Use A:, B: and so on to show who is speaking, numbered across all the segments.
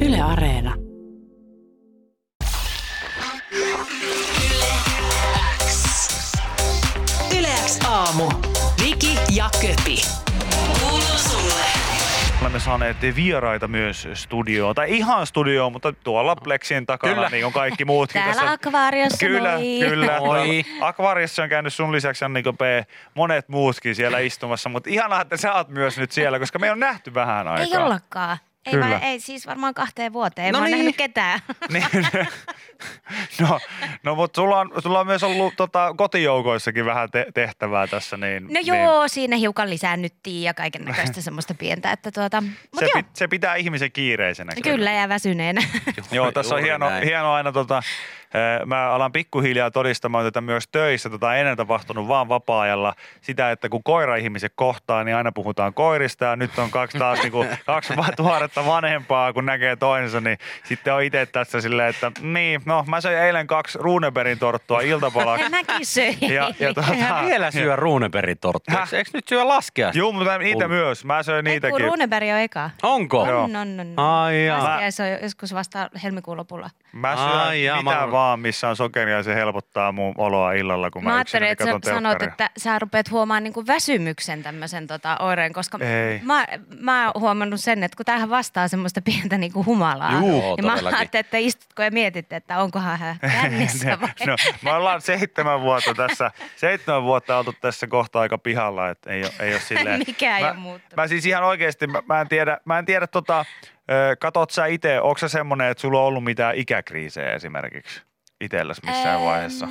A: Yle Areena.
B: Yleäks aamu. Viki ja Köpi. Kuuluu sulle.
C: Olemme saaneet vieraita myös studioon, tai ihan studioon, mutta tuolla Plexin takana,
D: Kyllä.
C: niin kuin kaikki muutkin
E: Täällä
C: tässä.
E: akvaariossa,
C: Kyllä,
E: moi.
C: kyllä.
D: Moi.
C: Akvaariossa on käynyt sun lisäksi Annika P. monet muutkin siellä istumassa, mutta ihanaa, että sä oot myös nyt siellä, koska me on nähty vähän
E: Ei
C: aikaa.
E: jollakaan. Ei,
C: Kyllä.
E: vaan, ei siis varmaan kahteen vuoteen. No
D: No
E: mä oon
D: niin.
E: nähnyt ketään.
C: Niin, no, no mutta sulla on, sulla on myös ollut tota, kotijoukoissakin vähän te- tehtävää tässä. Niin,
E: No joo, siinä hiukan lisäännyttiin ja kaiken näköistä semmoista pientä, että tuota,
C: Niin,
E: mut
C: se,
E: joo,
C: pit- se pitää ihmisen kiireisenä.
E: kyllä ja väsyneenä.
C: Joo, tässä on
D: Juuri
C: hieno,
D: näin.
C: hieno aina, tota, ö, mä alan pikkuhiljaa todistamaan tätä myös töissä. Tota, Tätä ennen tapahtunut vaan vapaa-ajalla sitä, että kun koira-ihmiset kohtaa, niin aina puhutaan koirista. Ja nyt on kaksi taas niinku, kaksi va- tuoretta vanhempaa, kun näkee toisensa, niin sitten on itse tässä silleen, että niin, no mä söin eilen kaksi Runeberin torttua iltapalaksi.
E: En mä kysy.
C: Ja, ja
D: Eihän
C: tuota,
D: vielä syö ruuneberritorttia.
C: Häh?
D: Eikö nyt syö laskea?
C: juu, mutta niitä
D: Ul-
C: myös. Mä söin niitäkin.
E: Runeberg on eka.
D: Onko?
C: Joo.
E: On, on, on.
D: Ai jaa.
E: Laskiais on joskus vasta helmikuun lopulla.
C: Mä
D: Ai jaa,
C: syön
D: mä
C: mitä
D: luulen-
C: vaan, missä on sokeria ja se helpottaa mun oloa illalla, kun mä,
E: Mä
C: yksin
E: ajattelin, että
C: katson
E: sä sanot,
C: telkkaria.
E: että sä rupeat huomaan niin väsymyksen tämmöisen tota, oireen, koska
C: Ei.
E: mä, mä oon huomannut sen, että kun tämähän vastaa semmoista pientä niin kuin humalaa.
D: Juu,
E: niin mä
D: todellakin.
E: ajattelin, että istutko ja mietit, että onkohan hän kännissä vai?
C: No, me ollaan seitsemän vuotta tässä, seitsemän vuotta oltu tässä kohta aika pihalla, että ei, oo- ei ole silleen.
E: Mikä ei
C: mä,
E: oo muuttunut.
C: Mä siis ihan oikeasti, mä, mä en tiedä, mä en tiedä tota, ö, katot sä itse, onko sä semmonen, että sulla on ollut mitään ikäkriisejä esimerkiksi itselläs missään
E: Öm,
C: vaiheessa?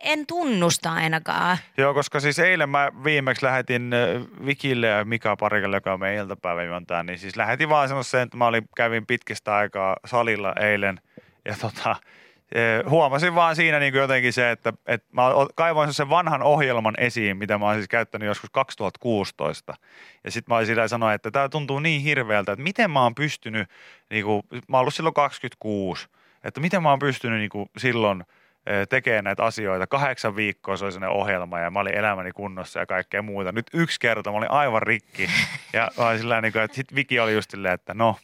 E: En tunnusta ainakaan.
C: Joo, koska siis eilen mä viimeksi lähetin ö, Vikille ja Mika Parikalle, joka on meidän iltapäiväjuontaja, niin siis lähetin vaan semmoisen, että mä olin, kävin pitkästä aikaa salilla eilen ja tota, ö, huomasin vaan siinä niin jotenkin se, että, että mä o- kaivoin sen vanhan ohjelman esiin, mitä mä oon siis käyttänyt joskus 2016. Ja sitten mä olin sillä sanoa, että tämä tuntuu niin hirveältä, että miten mä oon pystynyt, niin kuin, mä oon ollut silloin 26, että miten mä oon pystynyt niin kuin, silloin ö, tekemään näitä asioita. Kahdeksan viikkoa se oli sellainen ohjelma ja mä olin elämäni kunnossa ja kaikkea muuta. Nyt yksi kerta mä olin aivan rikki ja mä olin sillä niin kuin, että sit Viki oli just silleen, että no,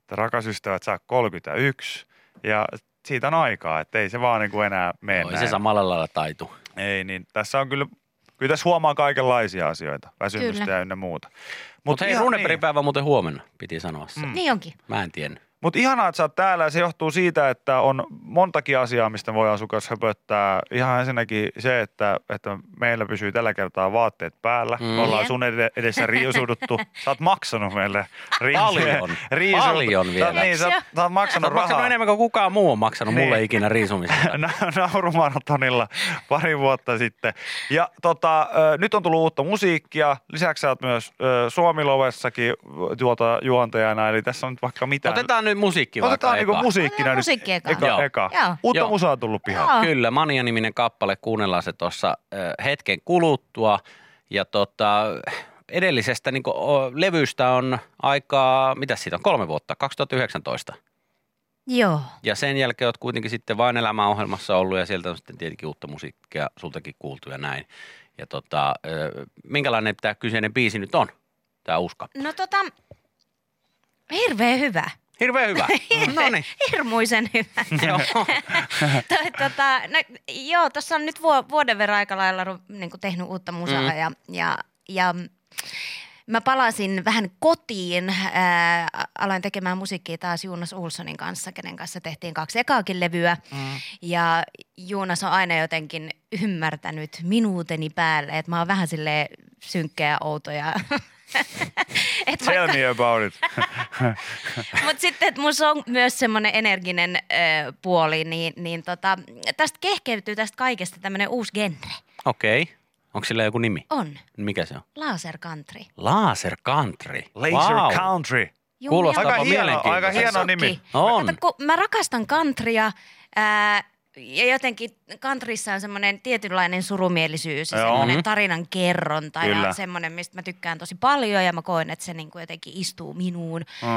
C: että rakas ystävä, että sä oot 31 ja siitä on aikaa, että ei se vaan niin kuin enää mene
D: Oi se
C: näin.
D: samalla lailla taitu.
C: Ei niin, tässä on kyllä, kyllä tässä huomaa kaikenlaisia asioita, väsymystä
E: Kyllä.
C: ja ynnä muuta.
D: Mutta hei,
C: ihan niin. Mm.
D: ruuneperipäivä on muuten huomenna, piti sanoa
C: Hmm.
D: se.
E: Niin onkin.
D: Mä en tiennyt.
C: Mutta ihanaa, että sä oot täällä ja se johtuu siitä, että on montakin asiaa, mistä voidaan sun kanssa höpöttää. Ihan ensinnäkin se, että, että meillä pysyy tällä kertaa vaatteet päällä. Mm.
D: Mm.
C: Me ollaan
E: Jep.
C: sun ed- edessä riusuduttu. Sä oot maksanut meille riisu-
D: Paljon.
C: riisut-
D: Paljon
C: Sä oot,
D: vielä.
C: niin, sä, oot- sä oot
D: Sä
C: maksanut
D: oot maksanut
C: rahaa.
D: enemmän kuin kukaan muu on maksanut
C: Niin.
D: mulle ikinä riisumista.
C: Na- naurumaratonilla pari vuotta sitten. Ja tota, ö, nyt on tullut uutta musiikkia. Lisäksi sä oot myös ö, Suomilovessakin ö, tuota juontajana, eli tässä on nyt vaikka mitä.
D: Otetaan nyt musiikki
C: Otetaan
D: vaikka
C: niinku
D: eka.
C: musiikkina
E: Otetaan
C: nyt.
E: musiikki eka.
C: Eka,
D: Joo.
C: eka.
E: Joo.
C: Uutta
D: Joo.
C: musaa on tullut pihaan.
E: Joo.
D: Kyllä, Mania-niminen kappale, kuunnellaan se tuossa ö, hetken kuluttua. Ja tota, edellisestä niin kuin, levystä on aikaa, mitä siitä on, kolme vuotta, 2019.
E: Joo.
D: Ja sen jälkeen oot kuitenkin sitten vain elämäohjelmassa ollut ja sieltä on sitten tietenkin uutta musiikkia sultakin kuultu ja näin. Ja tota, ö, minkälainen tämä kyseinen biisi nyt on, tämä uska?
E: No tota, hirveän hyvä.
D: Hirveän hyvä. no niin.
E: Hirmuisen hyvä.
D: Joo.
E: Toi, tota, no, joo, tuossa on nyt vuo, vuoden verran aika lailla niin tehnyt uutta musaa mm. ja, ja, ja mä palasin vähän kotiin. Ää, aloin tekemään musiikkia taas Jonas Ulssonin kanssa, kenen kanssa tehtiin kaksi ekaakin levyä. Mm. Ja Jonas on aina jotenkin ymmärtänyt minuuteni päälle, että mä oon vähän silleen synkkä ja outo ja... Et
C: Tell me about it.
E: Mutta sitten, että musta on myös semmoinen energinen ö, puoli, niin, niin tota, tästä kehkeytyy tästä kaikesta tämmöinen uusi genre.
D: Okei. Okay. Onko sillä joku nimi?
E: On.
D: Mikä se on?
E: Laser country.
D: Laser Country.
C: Laser
D: Vau.
C: Country.
E: Juu,
D: Kuulostaa
E: juu.
C: Aika
D: Onpa
C: hieno, aika
D: mielenkiintoista.
C: hieno
E: Sokki.
C: nimi.
D: On.
E: Kato, kun mä rakastan countrya, ää, ja jotenkin countryssa on semmoinen tietynlainen surumielisyys ja
C: Joo.
E: semmoinen tarinan kerronta
C: Kyllä.
E: ja semmoinen, mistä mä tykkään tosi paljon ja mä koen, että se niinku jotenkin istuu minuun.
C: Mm.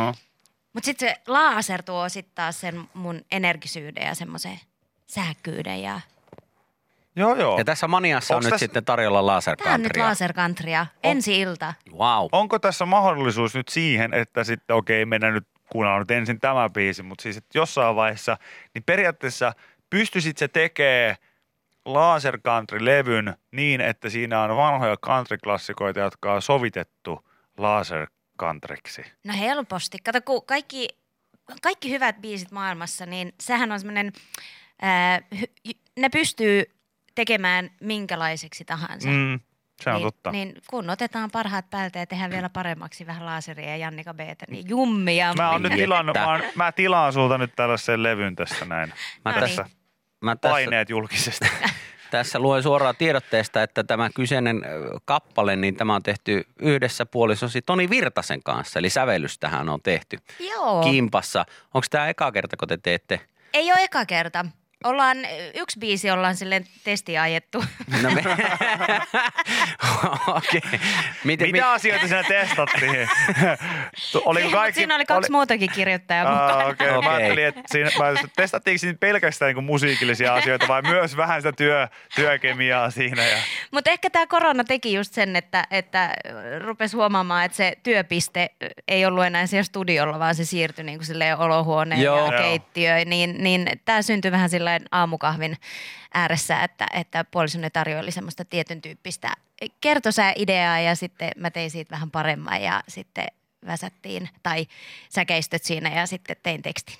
E: Mutta sitten se laaser tuo sitten taas sen mun energisyyden ja semmoisen sähkyyden ja
C: Joo, joo.
D: Ja tässä maniassa
C: Onks
D: on nyt
C: tässä-
D: sitten tarjolla laser
E: Tää on nyt laserkantria. Ensi ilta.
D: Wow.
C: Onko tässä mahdollisuus nyt siihen, että sitten okei, okay, mennään nyt kuunnella nyt ensin tämä biisi, mutta siis että jossain vaiheessa, niin periaatteessa pystyisit se tekee Laser Country-levyn niin, että siinä on vanhoja country-klassikoita, jotka on sovitettu Laser Countryksi.
E: No helposti. Kato, kun kaikki, kaikki hyvät biisit maailmassa, niin sehän on semmoinen, ää, hy- ne pystyy tekemään minkälaiseksi tahansa.
C: Mm, se on
E: niin,
C: totta.
E: Niin kun otetaan parhaat päältä ja tehdään vielä paremmaksi vähän laaseria ja Jannika b niin jummia.
C: Mä, oon nyt
D: Niin,
C: tilannut,
D: että-
C: mä, oon- mä tilaan sulta nyt tällaisen levyn tässä näin.
D: Mä
E: No
C: tässä
D: Mä tässä,
C: paineet julkisesti.
D: tässä luen suoraan tiedotteesta, että tämä kyseinen ö, kappale, niin tämä on tehty yhdessä puolisosi Toni Virtasen kanssa, eli sävellystähän on tehty
E: Joo,
D: kimpassa. Onko tämä eka kerta, kun te teette?
E: ei ole eka kerta. Ollaan, yksi biisi ollaan silleen testi ajettu.
D: No me... Okei. Miten,
C: Mitä asioita siinä testattiin? Tu- Oliko
E: Mut
C: kaikki...
E: Siinä oli kaksi oli... muutakin kirjoittajaa mukana.
C: Ah, okay. okay. Mä
D: Okei.
C: ajattelin, että siinä, mä ajattelin, että testattiinko siinä pelkästään niin musiikillisia asioita vai myös vähän sitä työ, työkemiaa siinä. Ja...
E: Mutta ehkä tämä korona teki just sen, että, että rupesi huomaamaan, että se työpiste ei ollut enää siellä studiolla, vaan se siirtyi niin kuin olohuoneen
D: Joo.
E: Joo.
D: Joo.
E: ja keittiöön. Niin, niin tämä syntyi vähän sillä aamukahvin ääressä, että, että puolisoni tarjoili semmoista tietyn tyyppistä kertosää ideaa ja sitten mä tein siitä vähän paremman ja sitten väsättiin tai säkeistöt siinä ja sitten tein tekstin.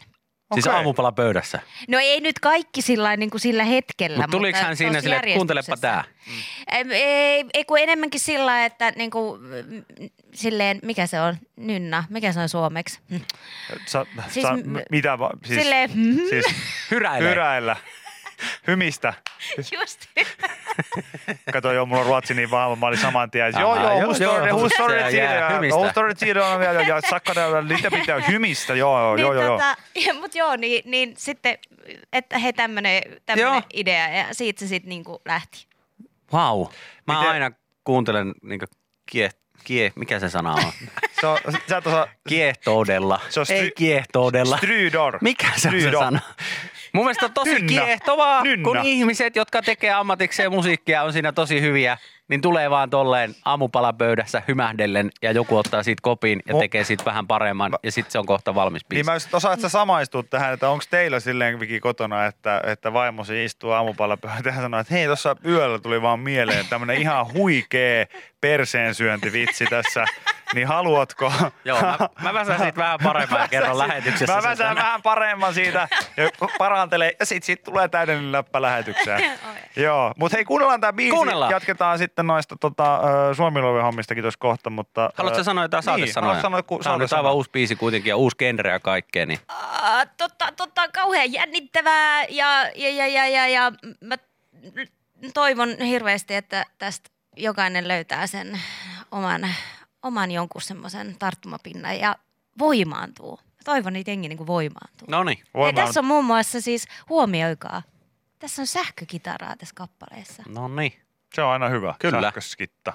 D: siis
C: Okei.
D: aamupala pöydässä.
E: No ei nyt kaikki sillä, niin kuin sillä hetkellä.
D: Mut tuliko hän siinä
E: tuossa
D: silleen, että kuuntelepa
E: järjestyksessä.
D: tää?
E: Em, Ei, ei kun enemmänkin sillä, että niin kuin, mm, silleen, mikä se on, nynna, mikä se on suomeksi? Mm.
C: Sa, siis,
E: Siis
C: sa,
E: m-
C: mitä va, siis,
E: Silleen, mm.
C: siis
D: Hyräilee.
C: hyräillä. Hymistä.
E: Just.
C: Kato, joo, mulla on ruotsi niin vahva, mä olin saman tien.
D: Ah,
C: Joo, joo,
D: joo,
C: who's
D: joo,
C: sorry, who's sorry,
D: hymistä, jää,
C: yeah,
D: hymistä.
C: who's sorry, on vielä, ja sakkana, little bit, ja hymistä, joo, joo, joo,
E: niin,
C: joo, joo.
E: Tota, ja, mut joo, niin, niin sitten, että hei tämmönen, tämmönen
D: Joo.
E: idea ja siitä se sitten niin kuin lähti.
D: Vau. Wow. Mä
C: Miten-
D: aina kuuntelen niin kie, kie, mikä se sana on?
C: Se on, sä et osaa,
D: Kiehtoudella.
C: Se on stry-
D: Ei kiehtoudella.
C: Strydor.
D: Mikä se on se
C: Strydor.
D: sana? Mun mielestä on tosi
C: Nynna.
D: kiehtovaa,
C: Nynna.
D: kun ihmiset, jotka tekee ammatikseen musiikkia, on siinä tosi hyviä, niin tulee vaan tolleen aamupalapöydässä hymähdellen ja joku ottaa siitä kopin ja
C: Mu-
D: tekee siitä vähän paremman ja sitten se on kohta valmis biisi.
C: Niin mä just, osaat sä samaistua tähän, että onko teillä silleen Viki kotona, että, että vaimosi istuu aamupallapöydässä ja sanoo, että hei tuossa yöllä tuli vaan mieleen tämmönen ihan huikee perseensyöntivitsi tässä, niin haluatko?
D: Joo, mä, mä väsän siitä vähän paremman kerran lähetyksessä.
C: Mä
D: sen
C: väsään
D: sanan.
C: vähän paremman siitä ja parantelee ja sit, sit tulee täydellinen läppä lähetykseen. Joo, mutta hei kuunnellaan tämä biisi.
D: Kuunnellaan.
C: Jatketaan sitten noista tota, Suomiloven hommistakin tuossa kohta, mutta...
D: Haluatko
C: ö,
D: sä sanoa jotain
C: niin,
D: saatesanoja?
C: Haluatko sanoa, kun
D: Tää on nyt aivan uusi biisi kuitenkin ja uusi genre ja kaikkea, niin
E: Aa, totta, totta, kauhean jännittävää ja, ja, ja, ja, ja, ja mä toivon hirveästi, että tästä jokainen löytää sen oman, oman jonkun semmoisen tarttumapinnan ja voimaantuu. Toivon, että jengi niin voimaantuu.
D: no niin.
E: ja tässä on muun muassa siis, huomioikaa, tässä on sähkökitaraa tässä kappaleessa.
D: No niin.
C: Se on aina hyvä.
D: Kyllä.
C: Sähköskitta.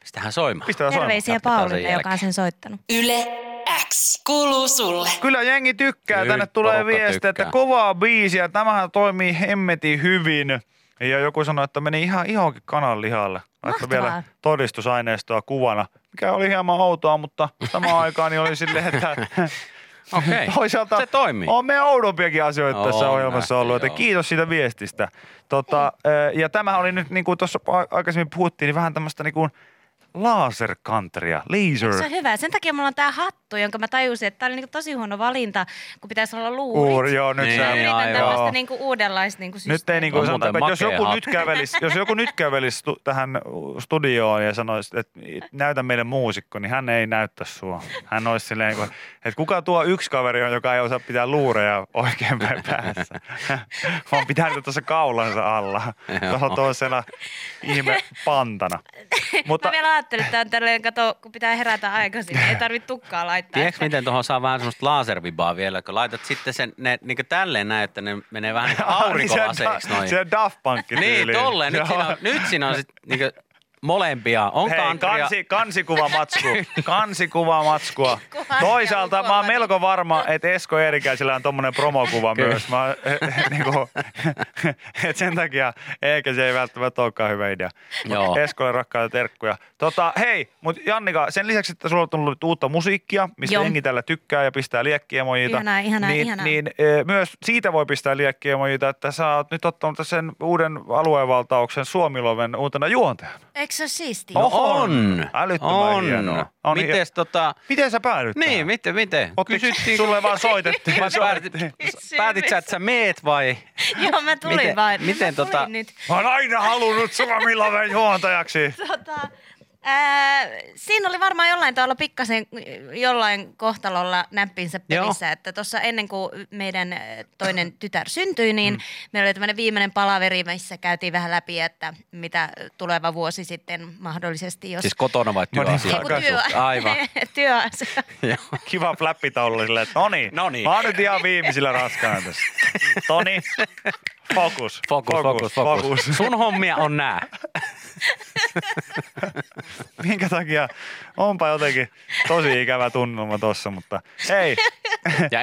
D: Pistähän soimaan.
C: Pistetään soimaan.
E: Terveisiä
D: Jatketaan sen
E: Paulinne, joka on
D: jälkeen.
E: sen soittanut.
B: Yle X kuuluu sulle.
C: Kyllä jengi tykkää.
D: Nyt
C: Tänne tulee
D: porukka
C: viestiä, että
D: tykkää.
C: kovaa biisiä. Tämähän toimii hemmeti hyvin. Ja joku sanoi, että meni ihan ihonkin kanan lihalle. Laittoi
E: Mahtavaa.
C: vielä todistusaineistoa kuvana, mikä oli hieman outoa, mutta samaan aikaan niin oli silleen, että
D: Okei.
C: toisaalta
D: Se toimii.
C: on me oudompiakin asioita tässä
D: On
C: ohjelmassa
D: nähty,
C: ollut, että
D: joo.
C: kiitos siitä viestistä. Tota, ö, ja tämähän oli nyt, niin kuin tuossa a- aikaisemmin puhuttiin, niin vähän tämmöistä niin kuin laserkantria, laser.
E: Se on hyvä. Sen takia mulla on tää hattu, jonka mä tajusin, että tää oli niinku tosi huono valinta, kun pitäisi olla luurit.
C: Uuri, joo, nyt
D: Niin,
C: sä,
D: Niin,
E: Yritän
D: aivan.
E: tällaista
C: joo.
E: niinku uudenlaista niinku
C: Nyt ei
E: systeemiä.
C: niin
D: Siis On
C: kuin sanota, että
D: muuten
C: jos
D: makea
C: joku,
D: hattu.
C: nyt kävelisi, jos joku nyt kävelisi tu- tähän studioon ja sanoisi, että näytä meille muusikko, niin hän ei näyttä sua. Hän olisi silleen, kuin, että kuka tuo yksi kaveri on, joka ei osaa pitää luureja oikein päin päässä, vaan pitää niitä tuossa kaulansa alla. Tuolla toisella ihme pantana. Mutta
E: Mä vielä ajattelin, että tää on tälleen, kato, kun pitää herätä aikaisin, niin ei tarvitse tukkaa laittaa.
D: Tiedätkö, miten tuohon saa vähän semmoista laservibaa vielä, kun laitat sitten sen ne, niin tälleen näin, että ne menee vähän niin
C: Niin se on
D: aurinkolaseiksi
C: Da-
D: noin.
C: Se on Daft Punk
D: Niin, tolleen. Nyt siinä on, nyt siinä on sit, niin molempia. On
C: Hei,
D: kantria.
C: kansi, kansikuvamatsku. Kansikuvamatskua.
E: Kuvailija
C: Toisaalta mä oon
E: kuvailija.
C: melko varma, että Esko Eerikäisellä on tommonen promokuva
D: Kyllä.
C: myös. Mä, eh, niinku, et sen takia ehkä se ei välttämättä olekaan hyvä idea. Mut
D: Joo.
C: Eskolle rakkaita terkkuja. Tota, hei, mutta Jannika, sen lisäksi, että sulla on tullut uutta musiikkia, mistä
E: Joo.
C: jengi täällä tykkää ja pistää liekkiemojita.
E: Ihanaa, ihanaa,
C: niin,
E: ihanaa.
C: Niin eh, myös siitä voi pistää liekkiemojita, että sä oot nyt ottanut sen uuden aluevaltauksen Suomiloven uutena juontajana.
E: Eikö se ole siistiä?
D: No
C: Oh.
D: on.
C: Älyttömän
D: on.
C: hienoa. On
D: Mites tota...
C: Miten sä päädyit
D: Niin, miten, miten?
C: Ottiko, Kysyttiin. Sulle vaan soitettiin.
D: Vai päätit, päätit sä, että sä meet vai?
E: Joo, mä tulin
D: Miten-
E: vain.
D: miten
E: mä tulin
D: tota-
E: nyt.
C: Mä oon aina halunnut Suomiloven juontajaksi.
E: Tota, ää, siinä oli varmaan jollain tavalla pikkasen jollain kohtalolla näppinsä
D: Joo.
E: pelissä. Että tuossa ennen kuin meidän äh, toinen tytär syntyi, niin mm. meillä oli tämmöinen viimeinen palaveri, missä käytiin vähän läpi, että mitä tuleva vuosi sitten mahdollisesti, jos...
D: Siis kotona vai
C: Mä niin
D: työasiaa?
C: tarkkaan
D: Aivan.
E: työasia.
D: Joo.
C: Kiva flappitaulu silleen, että no niin,
D: No niin.
C: mä oon nyt ihan viimeisillä raskaana tässä. Toni, fokus.
D: Fokus, fokus, fokus. Sun hommia on nää.
C: Minkä takia onpa jotenkin tosi ikävä tunnelma tossa, mutta ei.
D: Ja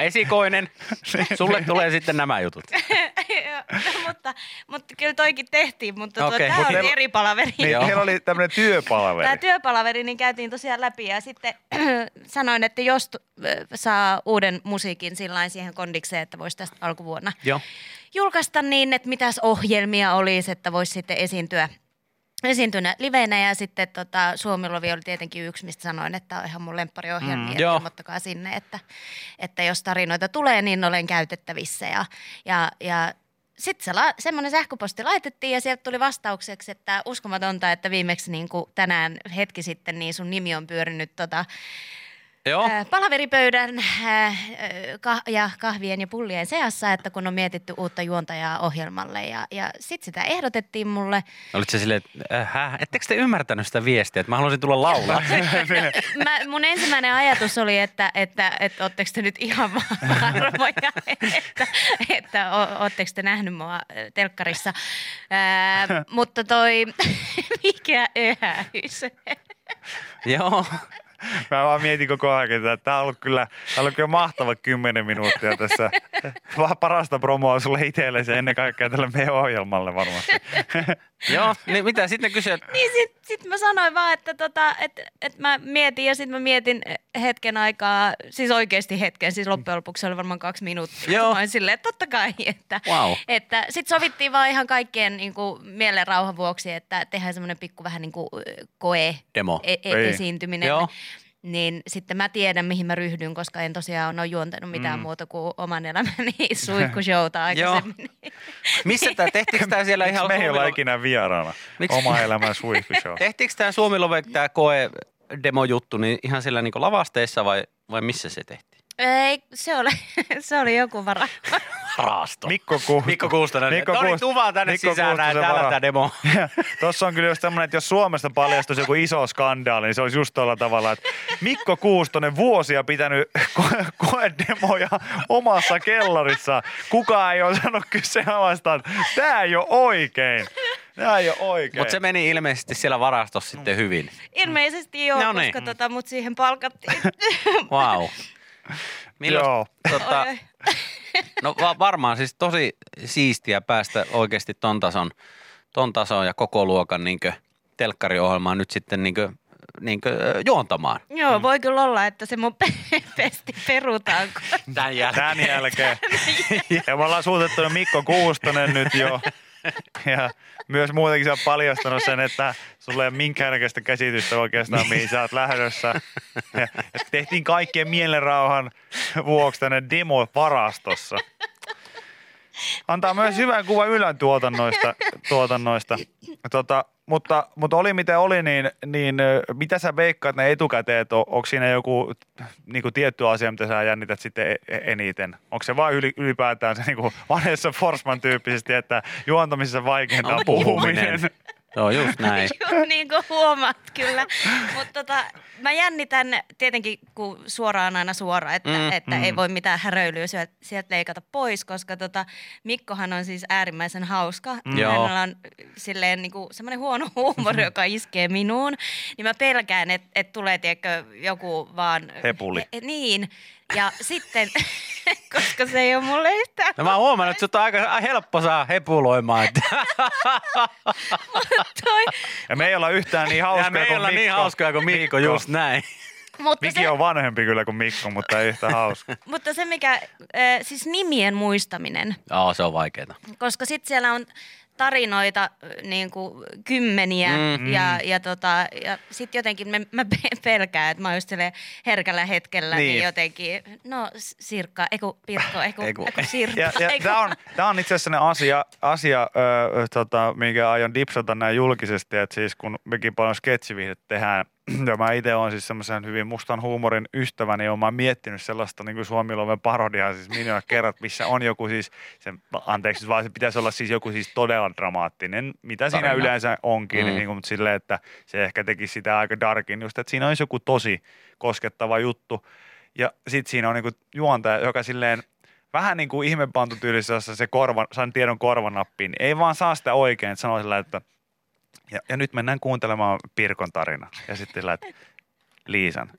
D: esikoinen,
C: Niin.
D: sulle tulee sitten nämä jutut.
E: no, mutta, mutta kyllä toikin tehtiin, mutta okay.
D: Okei.
E: tuo,
D: Mut
E: tämä on
C: ne-
E: eri palaveri.
C: Niin,
D: Joo.
C: heillä oli tämmöinen työpalaveri.
E: Tämä työpalaveri, niin käytiin tosiaan läpi ja sitten sanoin, että jos tu- ö, saa uuden musiikin sillain siihen kondikseen, että voisi tästä alkuvuonna
D: Joo.
E: julkaista niin, että mitäs ohjelmia olisi, että voisi sitten esiintyä esiintynä liveinä ja sitten tota, Suomilovi oli tietenkin yksi, mistä sanoin, että tämä on ihan mun
C: Mm,
E: lemppariohjelmia, mm,
D: joo.
E: ilmoittakaa sinne, että, että jos tarinoita tulee, niin olen käytettävissä ja, ja, ja sitten se la- semmoinen sähköposti laitettiin ja sieltä tuli vastaukseksi, että uskomatonta, että viimeksi niin kuin tänään hetki sitten niin sun nimi on pyörinyt tota,
D: Joo.
E: Äh, palaveripöydän äh, kah- ja kahvien ja pullien seassa, että kun on mietitty uutta juontajaa ohjelmalle. Ja, ja sitten sitä ehdotettiin mulle.
D: Olit se silleen, että äh, häh, ettekö te ymmärtänyt sitä viestiä, että mä haluaisin tulla laulaa?
E: No, Mä, mun ensimmäinen ajatus oli, että, että, että ootteko te nyt ihan va- varmoja, että, että o- ootteko te nähnyt mua äh, telkkarissa. Ää, mutta toi, mikä öhäys.
D: Joo.
C: Mä vaan mietin koko ajan, että tämä on ollut kyllä, tää on ollut kyllä mahtava kymmenen minuuttia tässä. Vaan parasta promoa sulle itsellesi ja ennen kaikkea tälle meidän ohjelmalle varmasti.
D: Joo, niin mitä sitten kysyä?
E: Niin sit, sit mä sanoin vaan, että tota, et, et mä mietin ja sit mä mietin hetken aikaa, siis oikeasti hetken, siis loppujen lopuksi se oli varmaan kaksi minuuttia.
D: Joo.
E: Mä olin silleen, että totta kai, että,
D: Wow.
E: että sit sovittiin vaan ihan kaikkien niin kuin, mielen rauhan vuoksi, että tehdään semmoinen pikku vähän niin kuin koe
D: Demo.
E: e-
C: Ei.
E: e- esiintyminen.
D: Joo.
E: Niin sitten mä tiedän, mihin mä ryhdyn, koska en tosiaan ole juontanut mitään
C: Mm.
E: mm. muuta kuin oman elämäni suihkushowta
D: Joo.
E: aikaisemmin.
D: Missä tämä, tehtiinkö tämä siellä
C: Miksi
D: ihan
C: me ei olla
D: Suomi-
C: ikinä vieraana?
D: Miksi-
C: Oma elämän suihkushow.
D: Tehtiinkö tämä Suomi Love, tämä koe demojuttu, niin ihan siellä niinku lavasteissa vai, vai missä se tehtiin?
E: Ei, se oli, se oli joku vara.
D: Raasto.
C: Mikko Kuhta.
D: Mikko Kuustonen.
C: Mikko
D: Mikko Toni,
C: Kuust-
D: tuu vaan tänne
C: Mikko
D: Mikko sisään näin,
C: Kuustosen vara.
D: täällä tämä demo.
C: Tuossa on kyllä just tämmöinen, että jos Suomesta paljastuisi joku iso skandaali, niin se olisi just tuolla tavalla, että Mikko Kuustonen vuosia pitänyt ko- koedemoja omassa kellarissa. Kukaan ei ole sanonut kyseenalaista, että tämä ei ole oikein. Tämä ei ole oikein.
D: Mutta se meni ilmeisesti siellä varastossa sitten hyvin.
E: Ilmeisesti joo,
D: No
E: no
D: niin.
E: niin. koska tota, mut siihen palkattiin.
D: Wow. Milloin,
C: Joo.
D: Tota,
E: Oi, oi.
D: no va- varmaan siis tosi siistiä päästä oikeasti ton tason, ton tason ja koko luokan niinkö, telkkariohjelmaan nyt sitten niinkö, niinkö, ö, juontamaan.
E: Joo, voi kyllä olla, että se mun pe- pesti perutaan. kun-
D: Tämän
C: Tämän jälkeen. Ja me ollaan suutettu Mikko Kuustonen nyt jo. Ja myös muutenkin sä oot paljastanut sen, että sulla ei ole minkäännäköistä käsitystä oikeastaan, mihin sä oot lähdössä. Ja, ja tehtiin kaikkien mielenrauhan vuoksi tänne demo varastossa. Antaa myös hyvän kuvan Ylän tuotannoista. tuotannoista. Tota, mutta, mutta oli miten oli, niin, niin ö, mitä sä veikkaat ne etukäteet? On, onko siinä joku niin kuin tietty asia, mitä sä jännität sitten e- e- eniten? Onko se niinku, vain yli, ylipäätään se niin kuin Vanessa Forsman tyyppisesti, että juontamisessa vaikeinta on
D: On puhuminen.
C: puhuminen?
D: Se on just näin.
E: Juu, niin kuin huomaat kyllä. Mutta tota, mä jännitän tietenkin, kun suoraan aina suora, että,
D: Mm,
E: mm, että mm. ei voi mitään häröilyä syö- sieltä leikata pois, koska tota, Mikkohan on siis äärimmäisen hauska. Mm.
D: Joo.
E: Hänellä on silleen niin semmoinen huono huumori, joka iskee minuun. Niin mä pelkään, että et tulee tiedätkö, joku vaan...
C: Hepuli.
E: E, niin. Ja sitten, koska se ei ole mulle yhtään
D: No mä oon huomannut, että sut on aika helppo saa hepuloimaan. Että
E: toi,
C: Ja me ei olla yhtään niin
D: ja
C: hauskoja
D: me ei
C: kuin
D: olla
C: Mikko.
D: niin hauskoja kuin Mikko, just näin.
E: mutta se,
C: Viki on vanhempi kyllä kuin Mikko, mutta ei yhtä hauska.
E: mutta se mikä, äh, siis nimien muistaminen,
D: Joo, se on vaikeeta.
E: koska sitten siellä on tarinoita äh, niin kuin kymmeniä
D: Mm,
E: mm, ja, ja, tota, ja sitten jotenkin mä, mä pe- pelkään, että mä oon just silleen herkällä hetkellä niin.
D: Niin.
E: niin jotenkin, no s- Sirkka, eiku Pirkko, eiku,
D: Eiku.
E: eiku, eiku Sirkka,
C: Ja, ja
E: eiku.
C: tämä on, tää on itse asiassa sellainen asia, asia ö, ö, tota, minkä aion dipsata näin julkisesti, että siis kun mekin paljon sketsiviihdettä tehdään, ja mä itse olen siis semmoisen hyvin mustan huumorin ystäväni, niin olen miettinyt sellaista niin kuin Suomiloven parodiaa siis miljoona kerrat, missä on joku siis, se, anteeksi vaan se pitäisi olla siis joku siis todella dramaattinen, mitä siinä
D: Tarina.
C: yleensä onkin,
D: Mm.
C: mm. niin kuin, mutta silleen, että se ehkä teki sitä aika darkin just, että siinä olisi joku tosi koskettava juttu, ja sitten siinä on niinku juontaja, joka silleen vähän niin kuin ihmepantu tyylissä, jossa se korvan, saan tiedon korvanappiin. niin Ei vaan saa sitä oikein, että sanoo sillä, että ja, ja nyt mennään kuuntelemaan Pirkon tarina. Ja sitten sillä, että Liisan.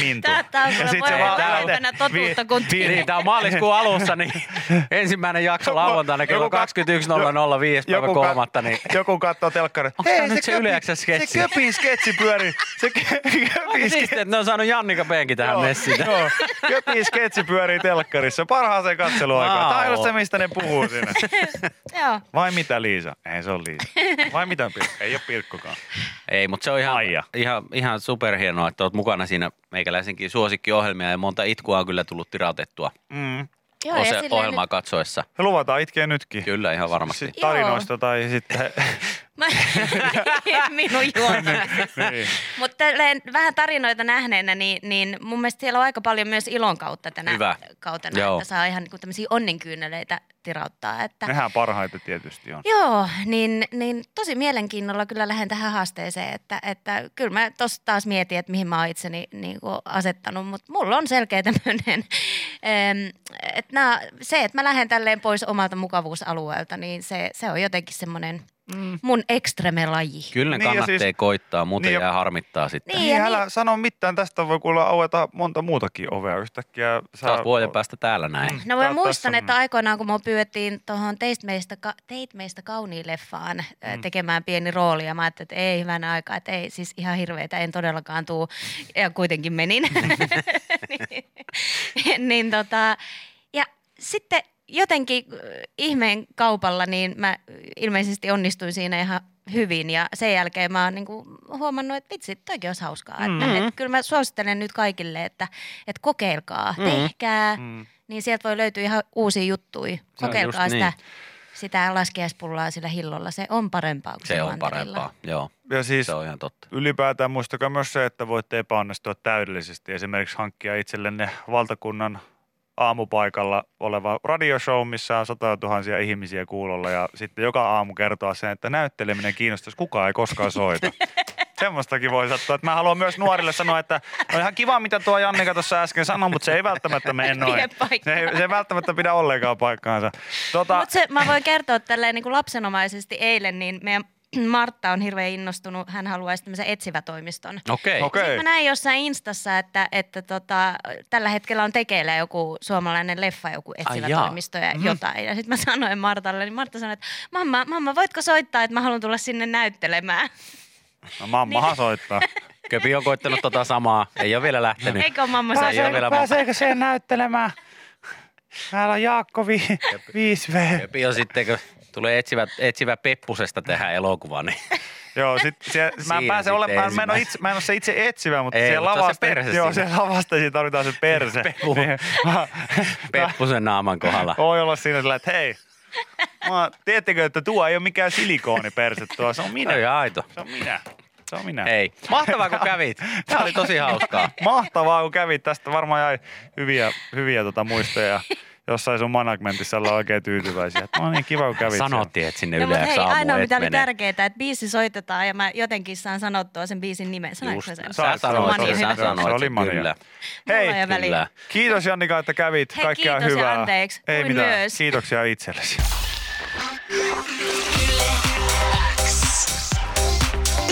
C: Mintu.
E: Tää, tää on
C: Ja
E: kyllä
C: sit
E: voi
C: se
E: olla
C: vaan-
E: lähempänä totuutta
C: vi-
E: kuin
C: vi-
D: Niin, tää on maaliskuun alussa, niin ensimmäinen jakso lauantaina kello
C: Joku kat-
D: 21.005 päivä
C: kat-
D: kolmatta, niin
C: joku katsoo telkkarin.
D: Onks tää nyt se
C: Köpin-
D: Yle X:n sketsi?
C: Se köpin sketsi pyörii. Se kö- köpin
D: Aika
C: sketsi.
D: siistiä, että ne on saanut Jannika Penki tähän
C: Joo,
D: messiin.
C: Joo, köpin sketsi pyörii telkkarissa. Parhaaseen katseluaikaan. Tämä on just se, mistä ne puhuu siinä.
E: Joo.
C: Vai mitä Liisa? Ei se ole Liisa. Vai mitä Pirkko? Ei ole Pirkkokaan.
D: Ei, mutta se on ihan,
C: Aija.
D: ihan, ihan superhienoa, että oot mukana siinä meikäläisenkin suosikkiohjelmia ja monta itkua on kyllä tullut tirautettua
C: Mm.
E: Joo,
D: ose-
E: ja silleen
D: ohjelmaa katsoessa.
C: Me luvataan itkeä nytkin.
D: Kyllä, ihan varmasti.
C: Sitten tarinoista tai sitten...
E: Mä, minun juontamisesta.
C: niin.
E: Mutta vähän tarinoita nähneenä, niin, niin mun mielestä siellä on aika paljon myös ilon kautta tänä
D: Hyvä.
E: kautena,
D: Joo.
E: että saa ihan niinku tämmöisiä onnenkyyneleitä tirauttaa. Että,
C: Nehän parhaita tietysti on.
E: joo, niin, niin tosi mielenkiinnolla kyllä lähden tähän haasteeseen, että, että kyllä mä tossa taas mietin, että mihin mä oon itseni niinku asettanut, mutta mulla on selkeä tämmöinen, että nää- se, että mä lähden tälleen pois omalta mukavuusalueelta, niin se, se on jotenkin semmoinen mun ekstreme laji.
D: Kyllä ne
C: Niin, ja
D: kannattaa
C: siis-
D: koittaa, muuten
C: niin ja-
D: jää harmittaa sitten.
E: Niin,
C: Niin,
E: ja
C: älä sano mitään. Tästä voi kuulla aueta monta muutakin ovea yhtäkkiä.
D: Sä oot vuoden päästä täällä näin.
E: No
C: Mm, Tää
E: mä
C: on
E: muistan,
C: tässä-
E: että aikoinaan kun mua pyydettiin tuohon Teit meistä, ka- teit meistä kauniin leffaan mm. tekemään pieni rooli ja mä ajattelin, että ei hyvänä aikaa, että ei siis ihan hirveitä, en todellakaan tuu ja kuitenkin menin. niin, niin tota, ja sitten jotenkin äh, ihmeen kaupalla niin mä ilmeisesti onnistuin siinä ihan hyvin ja sen jälkeen mä oon niinku huomannut, että vitsi, toikin olisi hauskaa. Mm. Että, että kyllä mä suosittelen nyt kaikille, että, että kokeilkaa, mm. tehkää,
C: Mm.
E: niin sieltä voi löytyä ihan uusia juttuja.
D: on
E: Kokeilkaa
D: just
E: sitä,
D: niin.
E: niin. sitä laskiaispullaa sillä hillolla. Se on parempaa kuin
D: Se on
E: mantereella.
D: parempaa, joo.
C: Ja siis
D: Se on ihan totta.
C: ylipäätään muistakaa myös se, että voitte epäonnistua täydellisesti. Esimerkiksi hankkia itsellenne valtakunnan aamupaikalla oleva radioshow, missä on satoja tuhansia ihmisiä kuulolla ja sitten joka aamu kertoa sen, että näytteleminen kiinnostaisi, kukaan ei koskaan soita. Semmoistakin voi sattua. Että mä haluan myös nuorille sanoa, että on ihan kiva, mitä tuo Jannika tuossa äsken sanoi, mutta se ei välttämättä mene noin.
E: Pidä
C: Se
E: paikkaa.
C: ei, se ei välttämättä pidä ollenkaan paikkaansa. Tota,
E: Mutta se, mä voin kertoa tälleen niin kuin lapsenomaisesti eilen, niin meidän Martta on hirveän innostunut. Hän haluaisi tämmöisen etsivätoimiston.
D: Okei.
C: Okei.
E: Sitten mä näin jossain Instassa, että, että tota, tällä hetkellä on tekeillä joku suomalainen leffa, joku etsivä
D: Ai jaa. Mhm.
E: toimisto ja jotain. Ja sitten mä sanoin Martalle, niin Martta sanoi, että mamma, mamma, voitko soittaa, että mä haluan tulla sinne näyttelemään.
C: no mammahan soittaa.
D: Köpi on koittanut tota samaa. Ei ole vielä lähtenyt.
E: Eikö ole mamma
D: Pääsee- ole
E: soittaa?
D: vielä pääseekö
C: se näyttelemään? Täällä on Jaakko 5V.
D: Köpi on sitten, kun tulee etsivä, etsivä Peppusesta tehdä elokuva, niin
C: No. Joo, sit se, mä en
D: Siinä
C: pääse
D: sitten
C: olemaan, mä en, ole
D: ensimmäinen.
C: itse, mä en ole se itse etsivä, mutta
D: Ei,
C: siellä
D: mutta se on
C: lavaste,
D: se perse
C: joo,
D: siinä.
C: siellä lavasteisiin tarvitaan se perse.
D: Pepu.
C: Niin, mä-
D: Peppusen naaman kohdalla.
C: Voi olla siinä sillä, että hei, mä, tiedättekö, että tuo ei ole mikään silikooniperse tuo, se on
D: Minä.
C: minä,
D: Toi aito.
C: se on minä, se on minä.
D: Hei, mahtavaa kun kävit. Tämä oli tosi hauskaa.
C: Mahtavaa, kun kävit. Tästä varmaan jäi hyviä, hyviä tota muistoja. jossain sun managementissa olla oikein tyytyväisiä. Että no niin, kiva kun kävit siellä.
D: Sanottiin, että sinne
E: No, mutta
D: yleensä
E: hei,
D: aamu
E: ainoa
D: et
E: mitä oli
D: mene.
E: tärkeää, että biisi soitetaan ja mä jotenkin saan sanottua sen biisin nimen. Sanoinko
D: Just,
E: mä sen?
D: sä
C: Sä
D: sanoit,
E: sanoit,
D: sen, sä
E: hyvä.
D: sanoit,
C: Se
D: se
C: oli
D: oli
C: Maria.
D: kyllä.
C: Hei,
E: Mulla ei ole väliä.
D: kyllä.
C: Kiitos Jannika, että kävit.
E: Hei,
C: Kaikkea
E: kiitos ja
C: hyvää.
E: anteeksi.
C: Ei
E: Kuin
C: mitään.
E: myös.
C: Kiitoksia itsellesi.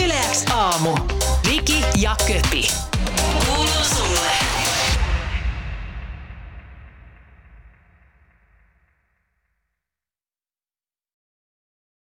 B: Yleäks aamu. Viki ja Köpi.